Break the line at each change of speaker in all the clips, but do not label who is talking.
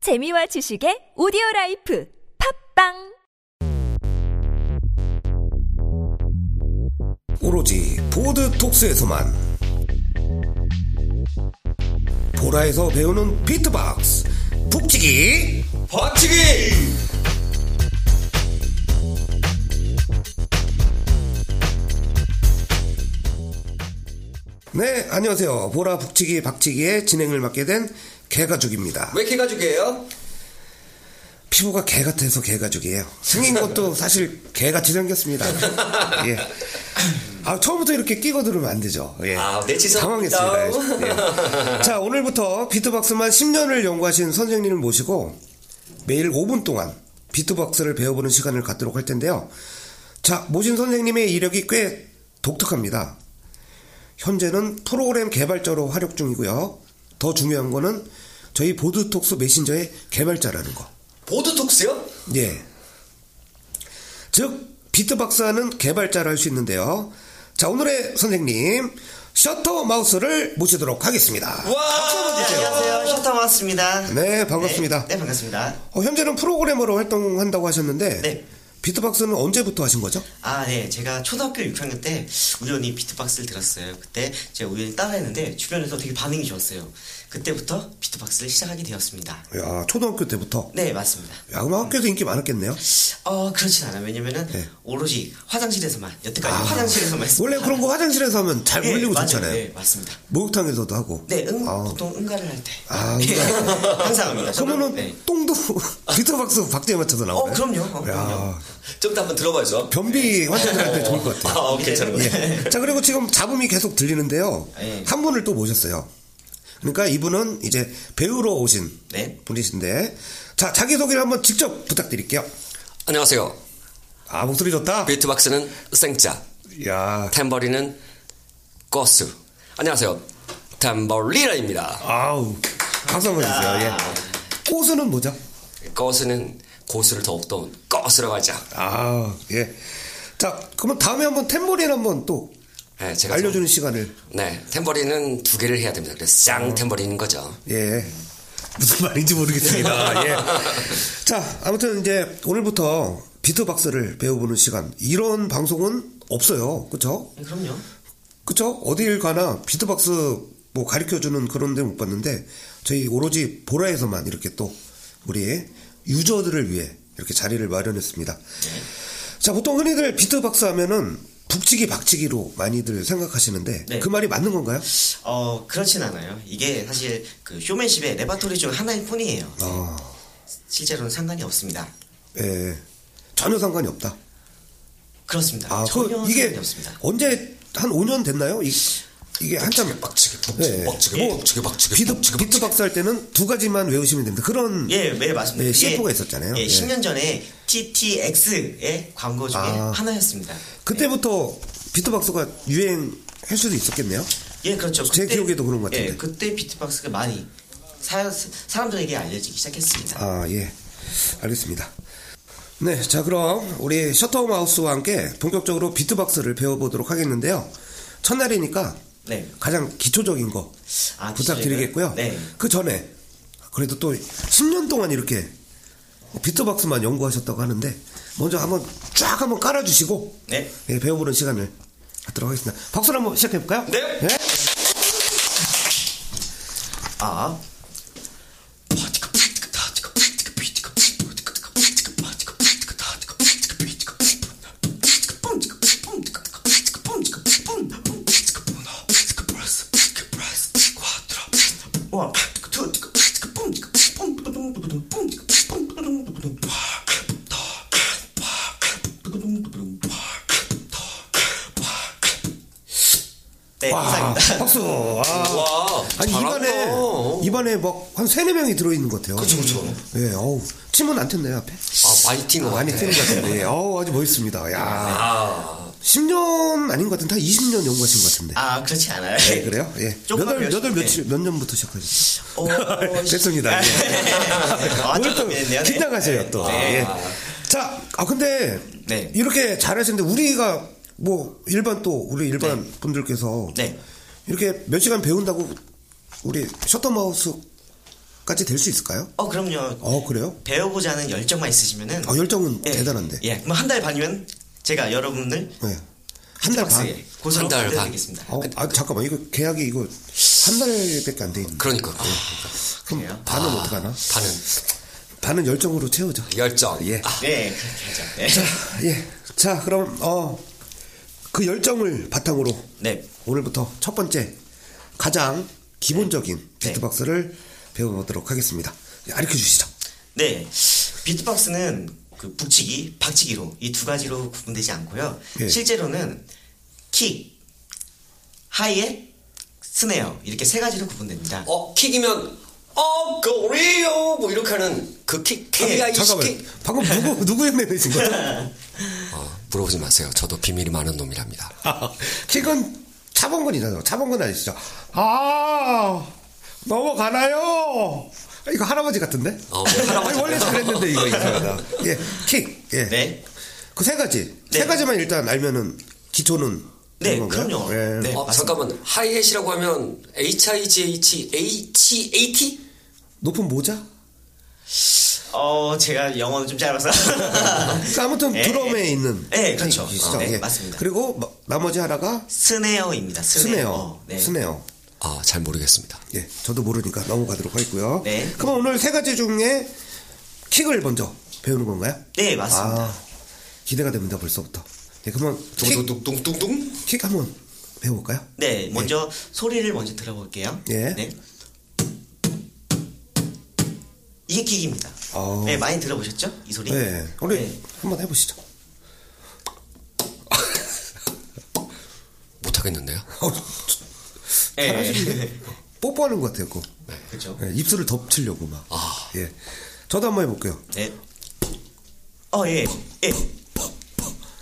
재미와 지식의 오디오 라이프 팝빵
오로지 보드톡스에서만 보라에서 배우는 비트박스 북치기
버티기!
네 안녕하세요 보라 북치기 박치기의 진행을 맡게 된 개가죽입니다
왜 이렇게 가죽이에요?
피부가 개 같아서 개가죽이에요 생긴 것도 사실 개같이 생겼습니다 예. 아 처음부터 이렇게 끼고 들으면 안 되죠 예.
아, 내 치사
당황했습니다 예. 자 오늘부터 비트박스만 10년을 연구하신 선생님을 모시고 매일 5분 동안 비트박스를 배워보는 시간을 갖도록 할 텐데요. 자, 모신 선생님의 이력이 꽤 독특합니다. 현재는 프로그램 개발자로 활약 중이고요. 더 중요한 거는 저희 보드톡스 메신저의 개발자라는 거.
보드톡스요?
예. 즉, 비트박스하는 개발자를 할 수 있는데요. 자, 오늘의 선생님, 셔터 마우스를 모시도록 하겠습니다.
와!
안녕하세요. 셔터 마우스입니다.
네, 반갑습니다.
네, 반갑습니다.
어, 현재는 프로그래머로 활동한다고 하셨는데
네.
비트박스는 언제부터 하신 거죠?
아, 네. 제가 초등학교 6학년 때 우연히 비트박스를 들었어요. 그때 제가 우연히 따라했는데 주변에서 되게 반응이 좋았어요. 그때부터 비트박스를 시작하게 되었습니다.
야 초등학교 때부터.
네, 맞습니다.
야 그럼 학교에서 인기 많았겠네요.
어, 그렇진 않아요. 왜냐면은
네. 아,
오로지 화장실에서만, 여태까지 화장실에서만 했습니다.
원래 그런 거 화장실에서 하면 잘
예,
물리고
맞아요.
좋잖아요.
네, 맞습니다.
목욕탕에서도 하고.
네, 응,
아.
보통 응가를 할 때.
아,
예,
응가.
항상 합니다. 저는,
그러면은
네.
똥도 비트박스 박자에 맞춰서 나오나요?
어, 그럼요. 어, 그럼요.
야
좀 이따 한번 들어봐야죠.
변비 환자들한테 좋을 것 같아요.
아, 오케이, 괜찮은 거예요.
네.
예. 자 그리고 지금 잡음이 계속 들리는데요.
예.
한 분을 또 모셨어요. 그러니까 이분은 이제 배우러 오신
네.
분이신데 자 자기 소개를 한번 직접 부탁드릴게요.
안녕하세요.
아 목소리 좋다.
비트박스는 생자,
야.
탬버리는 거스. 안녕하세요. 탬버리라입니다.
아우 박수 한번 주세요. 예. 꼬수는 뭐죠?
거스는 고수를 더욱더 거스라고 하죠.
아 예. 자 그러면 다음에 한번 탬버린 한번 또
네, 제가 좀-
알려주는 시간을
네, 탬버리는 두 개를 해야 됩니다. 그래서
아.
쌍 탬버리인 거죠.
예 무슨 말인지 모르겠습니다. 예. 자 아무튼 이제 오늘부터 비트박스를 배워보는 시간 이런 방송은 없어요. 그렇죠?
네, 그럼요.
그쵸? 어딜 가나 비트박스 뭐 가르쳐주는 그런 데 못 봤는데 저희 오로지 보라에서만 이렇게 또 우리 유저들을 위해 이렇게 자리를 마련했습니다. 자, 보통 흔히들 비트박스 하면은 북치기 박치기로 많이들 생각하시는데
네.
그 말이 맞는 건가요?
어, 그렇진 않아요. 이게 사실 그 쇼맨십의 레바토리 중 하나인 뿐이에요.
아,
실제로는 상관이 없습니다.
예. 전혀 상관이 없다.
그렇습니다.
아,
전혀
그
상관이
이게
없습니다.
언제 한 5년 됐나요? 이, 게 한참
박치기,
예. 비트, 비트박스 할 때는 두 가지만 외우시면 됩니다. 그런
예, 네, 맞습니다.
예,
그게,
CF가 있었잖아요.
예,
예.
10년 전에 TTX의 광고 중에
아.
하나였습니다.
그때부터 비트박스가 유행할 수도 있었겠네요.
예, 그렇죠.
제 기억에도 그런 것 같은데.
예, 그때 비트박스가 많이 사, 사람들에게 알려지기 시작했습니다.
아, 예. 알겠습니다. 네, 자, 그럼 우리 셔터 마우스와 함께 본격적으로 비트박스를 배워보도록 하겠는데요. 첫날이니까
네.
가장 기초적인 거
아,
부탁드리겠고요.
기초적인- 네.
그 전에 그래도 또 10년 동안 이렇게 비트박스만 연구하셨다고 하는데 먼저 한번 쫙 한번 깔아주시고
네.
예, 배워보는 시간을 갖도록 하겠습니다. 박수를 한번 시작해볼까요?
네.
예?
아. 와. 네,
아,
감사합니다.
박수. 아.
와,
아니
잘한다.
입안에 입안에 뭐 막한 세네 명이 들어있는 것 같아요. 그렇죠, 그렇죠. 예, 어우 침은 안 튀나요 앞에?
아, 파이팅
많이 튀는 것 같은데, 예, 어우 아주 멋있습니다. 야,
아,
10년 아닌 것 같은데, 한 20년 연구하신 것 같은데.
아, 그렇지 않아요.
예, 그래요? 예.
조금만 네.
몇월
배우실
몇월
때.
며칠 몇 년부터 시작하셨어요?
어,
됐습니다. 예.
아,
오늘 또
조금 미안해요. 네.
긴장하세요 또.
네.
예. 자, 아 근데
네.
이렇게 잘하시는데 우리가 뭐 일반 또 우리 일반 분들께서
네.
이렇게 몇 시간 배운다고 우리 셔터 마우스 까지 될 수 있을까요?
어 그럼요.
어, 그래요?
배우고자 하는 열정만 있으시면은
어, 열정은
예.
대단한데.
예. 그럼 한 달 반이면 제가 여러분을
네. 한 달 반.
박스에 고소로
한달 반.
만들어드리겠습니다.
어, 아, 잠깐만, 이거 계약이 이거 한 달밖에 안 돼 있는데.
그러니까.
그럼
아, 그래요?
반은 어떡하나?
반은
반은 열정으로 채우자.
열정.
예.
아,
네, 그렇게 하죠. 네.
예. 자, 그럼, 어, 그 열정을 바탕으로
네.
오늘부터 첫 번째 가장 기본적인
네.
비트박스를 배워보도록 하겠습니다. 예, 가르쳐 주시죠.
네. 비트박스는 그 북치기, 박치기로 이 두 가지로 구분되지 않고요.
예.
실제로는 킥, 하이햇, 스네어 이렇게 세 가지로 구분됩니다.
어 킥이면 어 고리요 뭐 이렇게 하는 그킥 K I
잠깐만,
킥.
방금 누구 누구 흉내내신 거예요?
어, 물어보지 마세요. 저도 비밀이 많은 놈이랍니다.
킥은 차범근이잖아요. 차범근 아시죠? 아 넘어가나요? 이거 할아버지 같은데?
어, 뭐 할아버지.
아니, 원래 잘했는데 이거 이상하다. 예, 킥. 예.
네.
그 세 가지.
네.
세 가지만 일단 알면은 기초는
네,
되는 건가요?
그럼요.
예.
네.
어,
맞습니다.
잠깐만 하이햇이라고 하면 H I G H H A T
높은 모자?
어, 제가 영어는 좀 짧아서.
그러니까 아무튼
예,
드럼에
예.
있는
예, 그렇죠.
죠
어, 네, 맞습니다.
그리고 마- 나머지 하나가
스네어입니다. 스네어.
스네어.
네.
스네어.
아잘 모르겠습니다.
예, 저도 모르니까 넘어가도록 하겠고요.
네.
그럼 오늘 세 가지 중에 킥을 먼저 배우는 건가요?
네, 맞습니다.
아, 기대가 됩니다 벌써부터. 예, 그러면 킥,
뚱뚱뚱뚱뚱
킥 한번 배워볼까요?
네, 먼저 소리를 먼저 들어볼게요.
예.
네. 이게 킥입니다.
어.
네, 많이 들어보셨죠? 이 소리?
네, 우리
네.
한번 해보시죠.
못하겠는데요.
어, 잘하시는데? 뽀뽀하는 것 같아요, 그거.
네. 그렇죠.
예, 입술을 덮치려고 막.
아.
예, 저도 한번 해볼게요.
네. 어, 예. 예.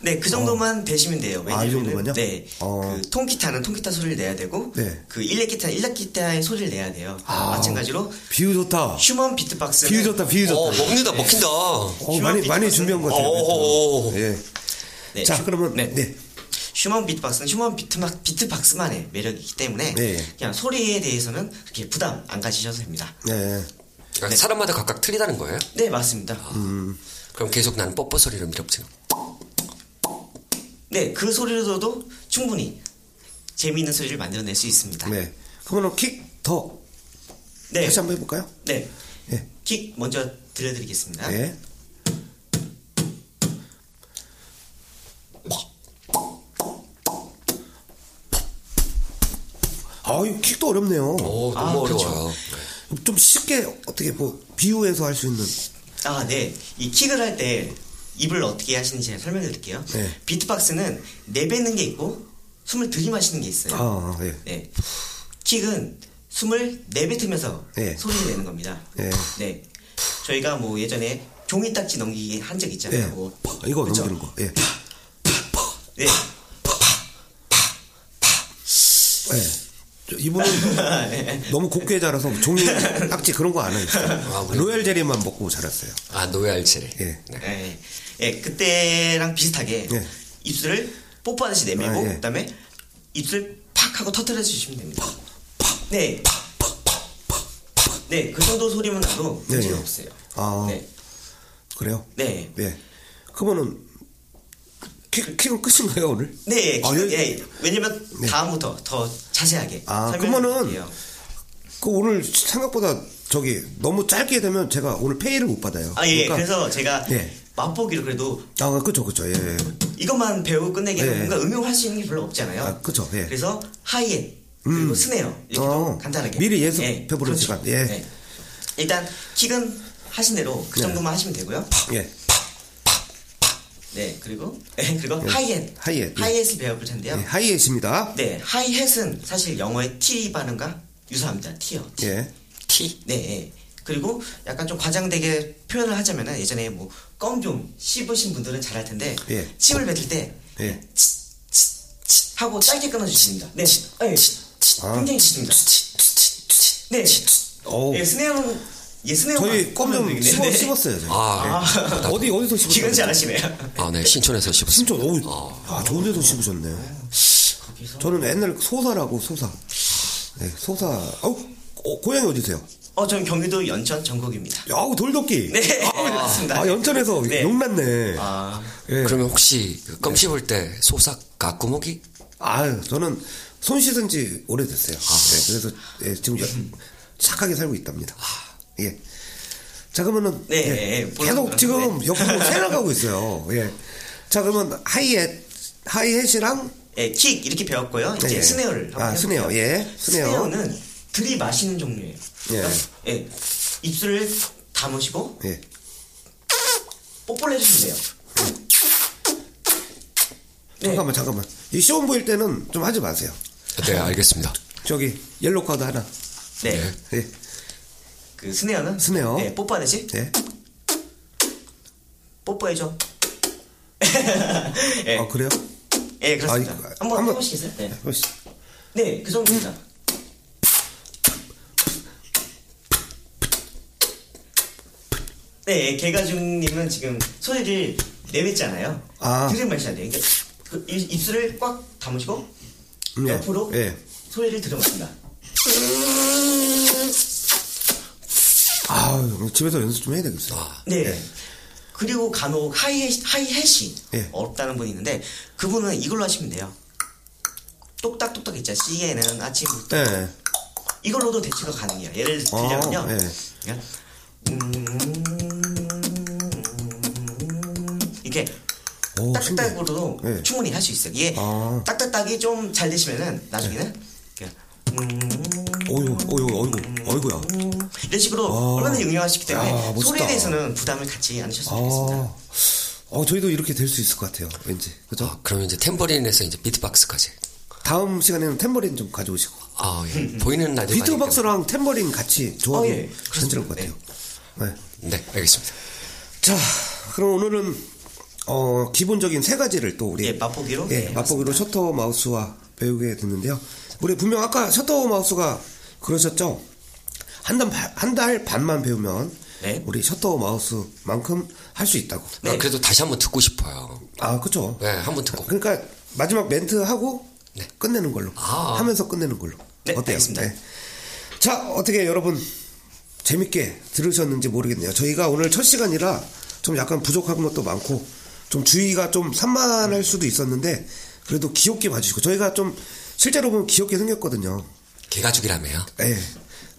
네, 그 정도만 되시면 돼요.
아, 이
왜냐면은,
정도만요?
네.
어.
그 통기타는 통기타 소리를 내야 되고,
네.
그 일렉 기타 일렉 기타의 소리를 내야 돼요. 마찬가지로
비유 좋다.
휴먼 비트박스.
비유 좋다, 비유 좋다.
어 먹는다 먹힌다.
어, 많이 많이 준비한 것 같아요.
어, 어, 어.
예.
네,
자,
휴-
그러면 네.
휴먼 비트박스는 휴먼 비트막, 비트박스만의 매력이 있기 때문에
네.
그냥 소리에 대해서는 그렇게 부담 안 가지셔도 됩니다.
예.
그러니까 사람마다 각각 틀리다는 거예요?
네 맞습니다.
음.
그럼 계속 나는 뻣뻣 소리를 밀어붙이는. 거.
네그 소리로도 충분히 재미있는 소리를 만들어낼 수 있습니다.
네. 그러면 킥더
네,
다시 한번 해볼까요?
네.
예.
킥 먼저 들려드리겠습니다.
예. 아유 킥도 어렵네요.
오 너무
아, 그렇죠.
어려워요.
좀 쉽게 어떻게 뭐 비유해서 할 수 있는.
아, 네. 이 킥을 할 때 입을 어떻게 하시는지 제가 설명해 드릴게요.
네.
비트박스는 내뱉는 게 있고 숨을 들이마시는 게 있어요.
아 예.
네. 킥은 숨을 내뱉으면서
네.
소리를 내는 겁니다.
네.
네. 저희가 뭐 예전에 종이 딱지 넘기기 한 적 있잖아요.
예.
뭐.
이거
그쵸?
넘기는 거. 예.
네.
예. 저 이분은
네.
너무 곱게 자라서 종이 딱지 그런 거 안 해요.
아,
그래요?
로얄 제리만 먹고 자랐어요.
아 노예알체래.
예.
네. 예, 그때랑 비슷하게
네.
입술을 뽀뽀하듯이 내밀고
아, 예.
그다음에 입술 팍 하고 터뜨려 주시면 됩니다. 네. 네, 그 정도 소리만 나도
네,
문제가
예.
없어요.
아.
네.
그래요?
네.
예. 그러면은 킥, 킥은 끝인가요 오늘?
네,
아,
기본-
예. 네.
예, 왜냐면 다음부터 더 자세하게
아, 그러면은-
설명드릴게요.
그 오늘 생각보다 저기 너무 짧게 되면 제가 오늘 페이를 못 받아요.
아, 예. 그래서 제가
예.
맛보기로 그래도
아, 그쵸, 그쵸. 예. 예.
이것만 배우고 끝내기는
예.
뭔가 응용할 수 있는 게 별로 없잖아요.
아, 그쵸, 예.
그래서 하이엔 그리고 스네어 이렇게
어,
좀 간단하게
미리 연습해보는
그렇죠.
시간, 예.
일단 킥은 하신 대로
네.
그 정도만 하시면 되고요.
예.
네 그리고 예, 그리고 하이엔
하이햇, 예.
하이햇을 배워볼 텐데요.
예, 하이햇입니다.
네 하이햇은 사실 영어의 T 발음과 유사합니다. T요. T.
예.
T.
네. 예. 그리고 약간 좀 과장되게 표현을 하자면은 예전에 뭐 껌 좀 씹으신 분들은 잘할 텐데
예.
침을 뱉을 때
예.
하고 짧게 끊어주십니다. 네. 네.
아.
굉장히 쉽습니다. 네.
어우.
예, 스네어는 예 스네어.
저희 껌좀 씹어, 씹었어요. 저희.
아,
어디, 어디서 씹었어요?
네. 기근지 안 하시네요.
아, 네, 신촌에서
진짜
씹었습니다.
너무, 아, 좋은 데서 씹으셨네. 예, 저는 옛날 소사라고, 소사. 네, 소사. 어, 어 고향이 어디세요?
어, 저는 경기도 연천 전곡입니다.
야우 돌도끼.
네, 그렇습니다.
아 연천에서
네.
욕났네.
아,
예.
그러면 혹시 그 껌씹 을때 소삭 가꾸먹이?
아유, 저는 손 씻은 지 오래됐어요. 네, 그래서 예, 지금 여- 착하게 살고 있답니다. 예. 자, 그러면은
네,
예,
예,
계속
보는
지금
건데.
옆으로 생각하고 있어요. 예. 자, 그러면 하이햇, 하이햇이랑
예, 킥 이렇게 배웠고요. 이제
예.
스네어를 한번
아, 스네어,
해볼게요.
예. 스네어.
스네어는 들이마시는 종류예요.
예.
예, 입술을 다무시고
예.
뽀뽀를 해주시면 돼요. 네,
잠깐만, 잠깐만. 이 시험 보일 때는 좀 하지 마세요.
네, 알겠습니다.
저기 옐로 카드 하나.
네,
네.
예.
그 스네어는
스네어.
예, 뽀뽀하듯이
예.
뽀뽀해줘. 예,
아, 그래요?
예, 그렇습니다.
아, 이거-
한번
한번-
해보시겠어요? 네,
혹시
네, 그 정도입니다. 네, 개가중님은 지금 소리를 내뱉잖아요.
아.
들이마셔야 돼요. 그러니까 그 입- 입술을 꽉 다무시고
예.
옆으로
예.
소리를 들어마신다.
아, 집에서 연습 좀 해야 되겠어요.
네.
예.
그리고 간혹 하이햇, 하이햇이
예.
어렵다는 분이 있는데 그분은 이걸로 하시면 돼요. 똑딱똑딱 있죠. 시계는 아침부터
예.
이걸로도 대체가 가능해요. 예를
아,
들자면요.
예.
그냥 음, 이렇게
오,
딱딱딱으로도
신기해. 예.
충분히 할 수 있어요. 이게
아. 네.
딱딱딱이 좀 잘 되시면은 나중에는 그냥 음,
어이구, 어이구, 어이구, 어이구야.
이런 식으로 얼마나 응용하시기 때문에
야, 아. 멋있다.
소리에 대해서는 부담을 갖지 않으셨으면 좋겠습니다.
아, 어, 저희도 이렇게 될 수 있을 것 같아요. 왠지. 그죠?
아, 그러면 이제 탬버린에서 이제 비트박스까지.
다음 시간에는 탬버린 좀 가져오시고.
아, 예. 보이는 라디오.
비트박스랑 탬버린 같이 조합이
네, 어, 예.
괜찮을 것 같아요. 네.
네, 알겠습니다.
자, 그럼 오늘은, 어, 기본적인 세 가지를 또 우리.
예, 맛보기로?
예,
네,
맛보기로 셔터 마우스와 배우게 됐는데요. 우리 분명 아까 셔터 마우스가 그러셨죠? 한 달, 반- 한 달 반만 배우면.
네.
우리 셔터 마우스만큼 할 수 있다고.
아, 그래도 다시 한번 듣고 싶어요.
아, 그쵸.
네, 한번 듣고. 네.
그러니까 마지막 멘트 하고 끝내는 걸로
아.
하면서 끝내는 걸로
네,
어때요?
알겠습니다.
자 어떻게 여러분 재밌게 들으셨는지 모르겠네요. 저희가 오늘 첫 시간이라 좀 약간 부족한 것도 많고 좀 주의가 좀 산만할 수도 있었는데 그래도 귀엽게 봐주시고 저희가 좀 실제로 보면 귀엽게 생겼거든요.
개가죽이라며요.
예.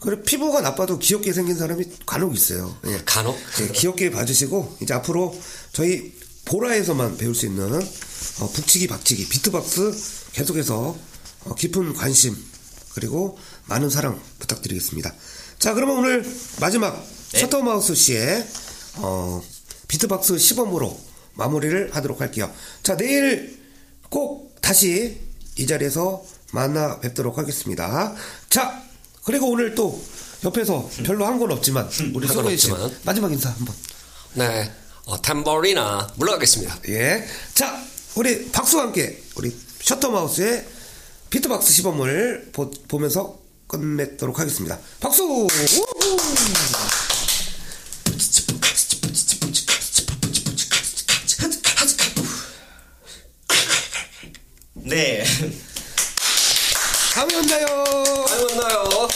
그리고 피부가 나빠도 귀엽게 생긴 사람이 간혹 있어요. 예.
간혹?
예, 귀엽게 봐주시고 이제 앞으로 저희 보라에서만 배울 수 있는 어, 북치기 박치기 비트박스 계속해서 어, 깊은 관심 그리고 많은 사랑 부탁드리겠습니다. 자 그러면 오늘 마지막 셔터마우스 씨의 어, 비트박스 시범으로 마무리를 하도록 할게요. 자 내일 꼭 다시 이 자리에서 만나 뵙도록 하겠습니다. 자 그리고 오늘 또 옆에서 별로 한 건 없지만 우리
한건
소고이 씨
없지만.
마지막 인사 한번.
네. 어, 탬버리나 물러가겠습니다.
예. 자, 우리 박수와 함께 우리 셔터마우스의 비트박스 시범을 보, 면서 끝맺도록 하겠습니다. 박수!
네.
다음에 만나요!
네.
네, 만나요.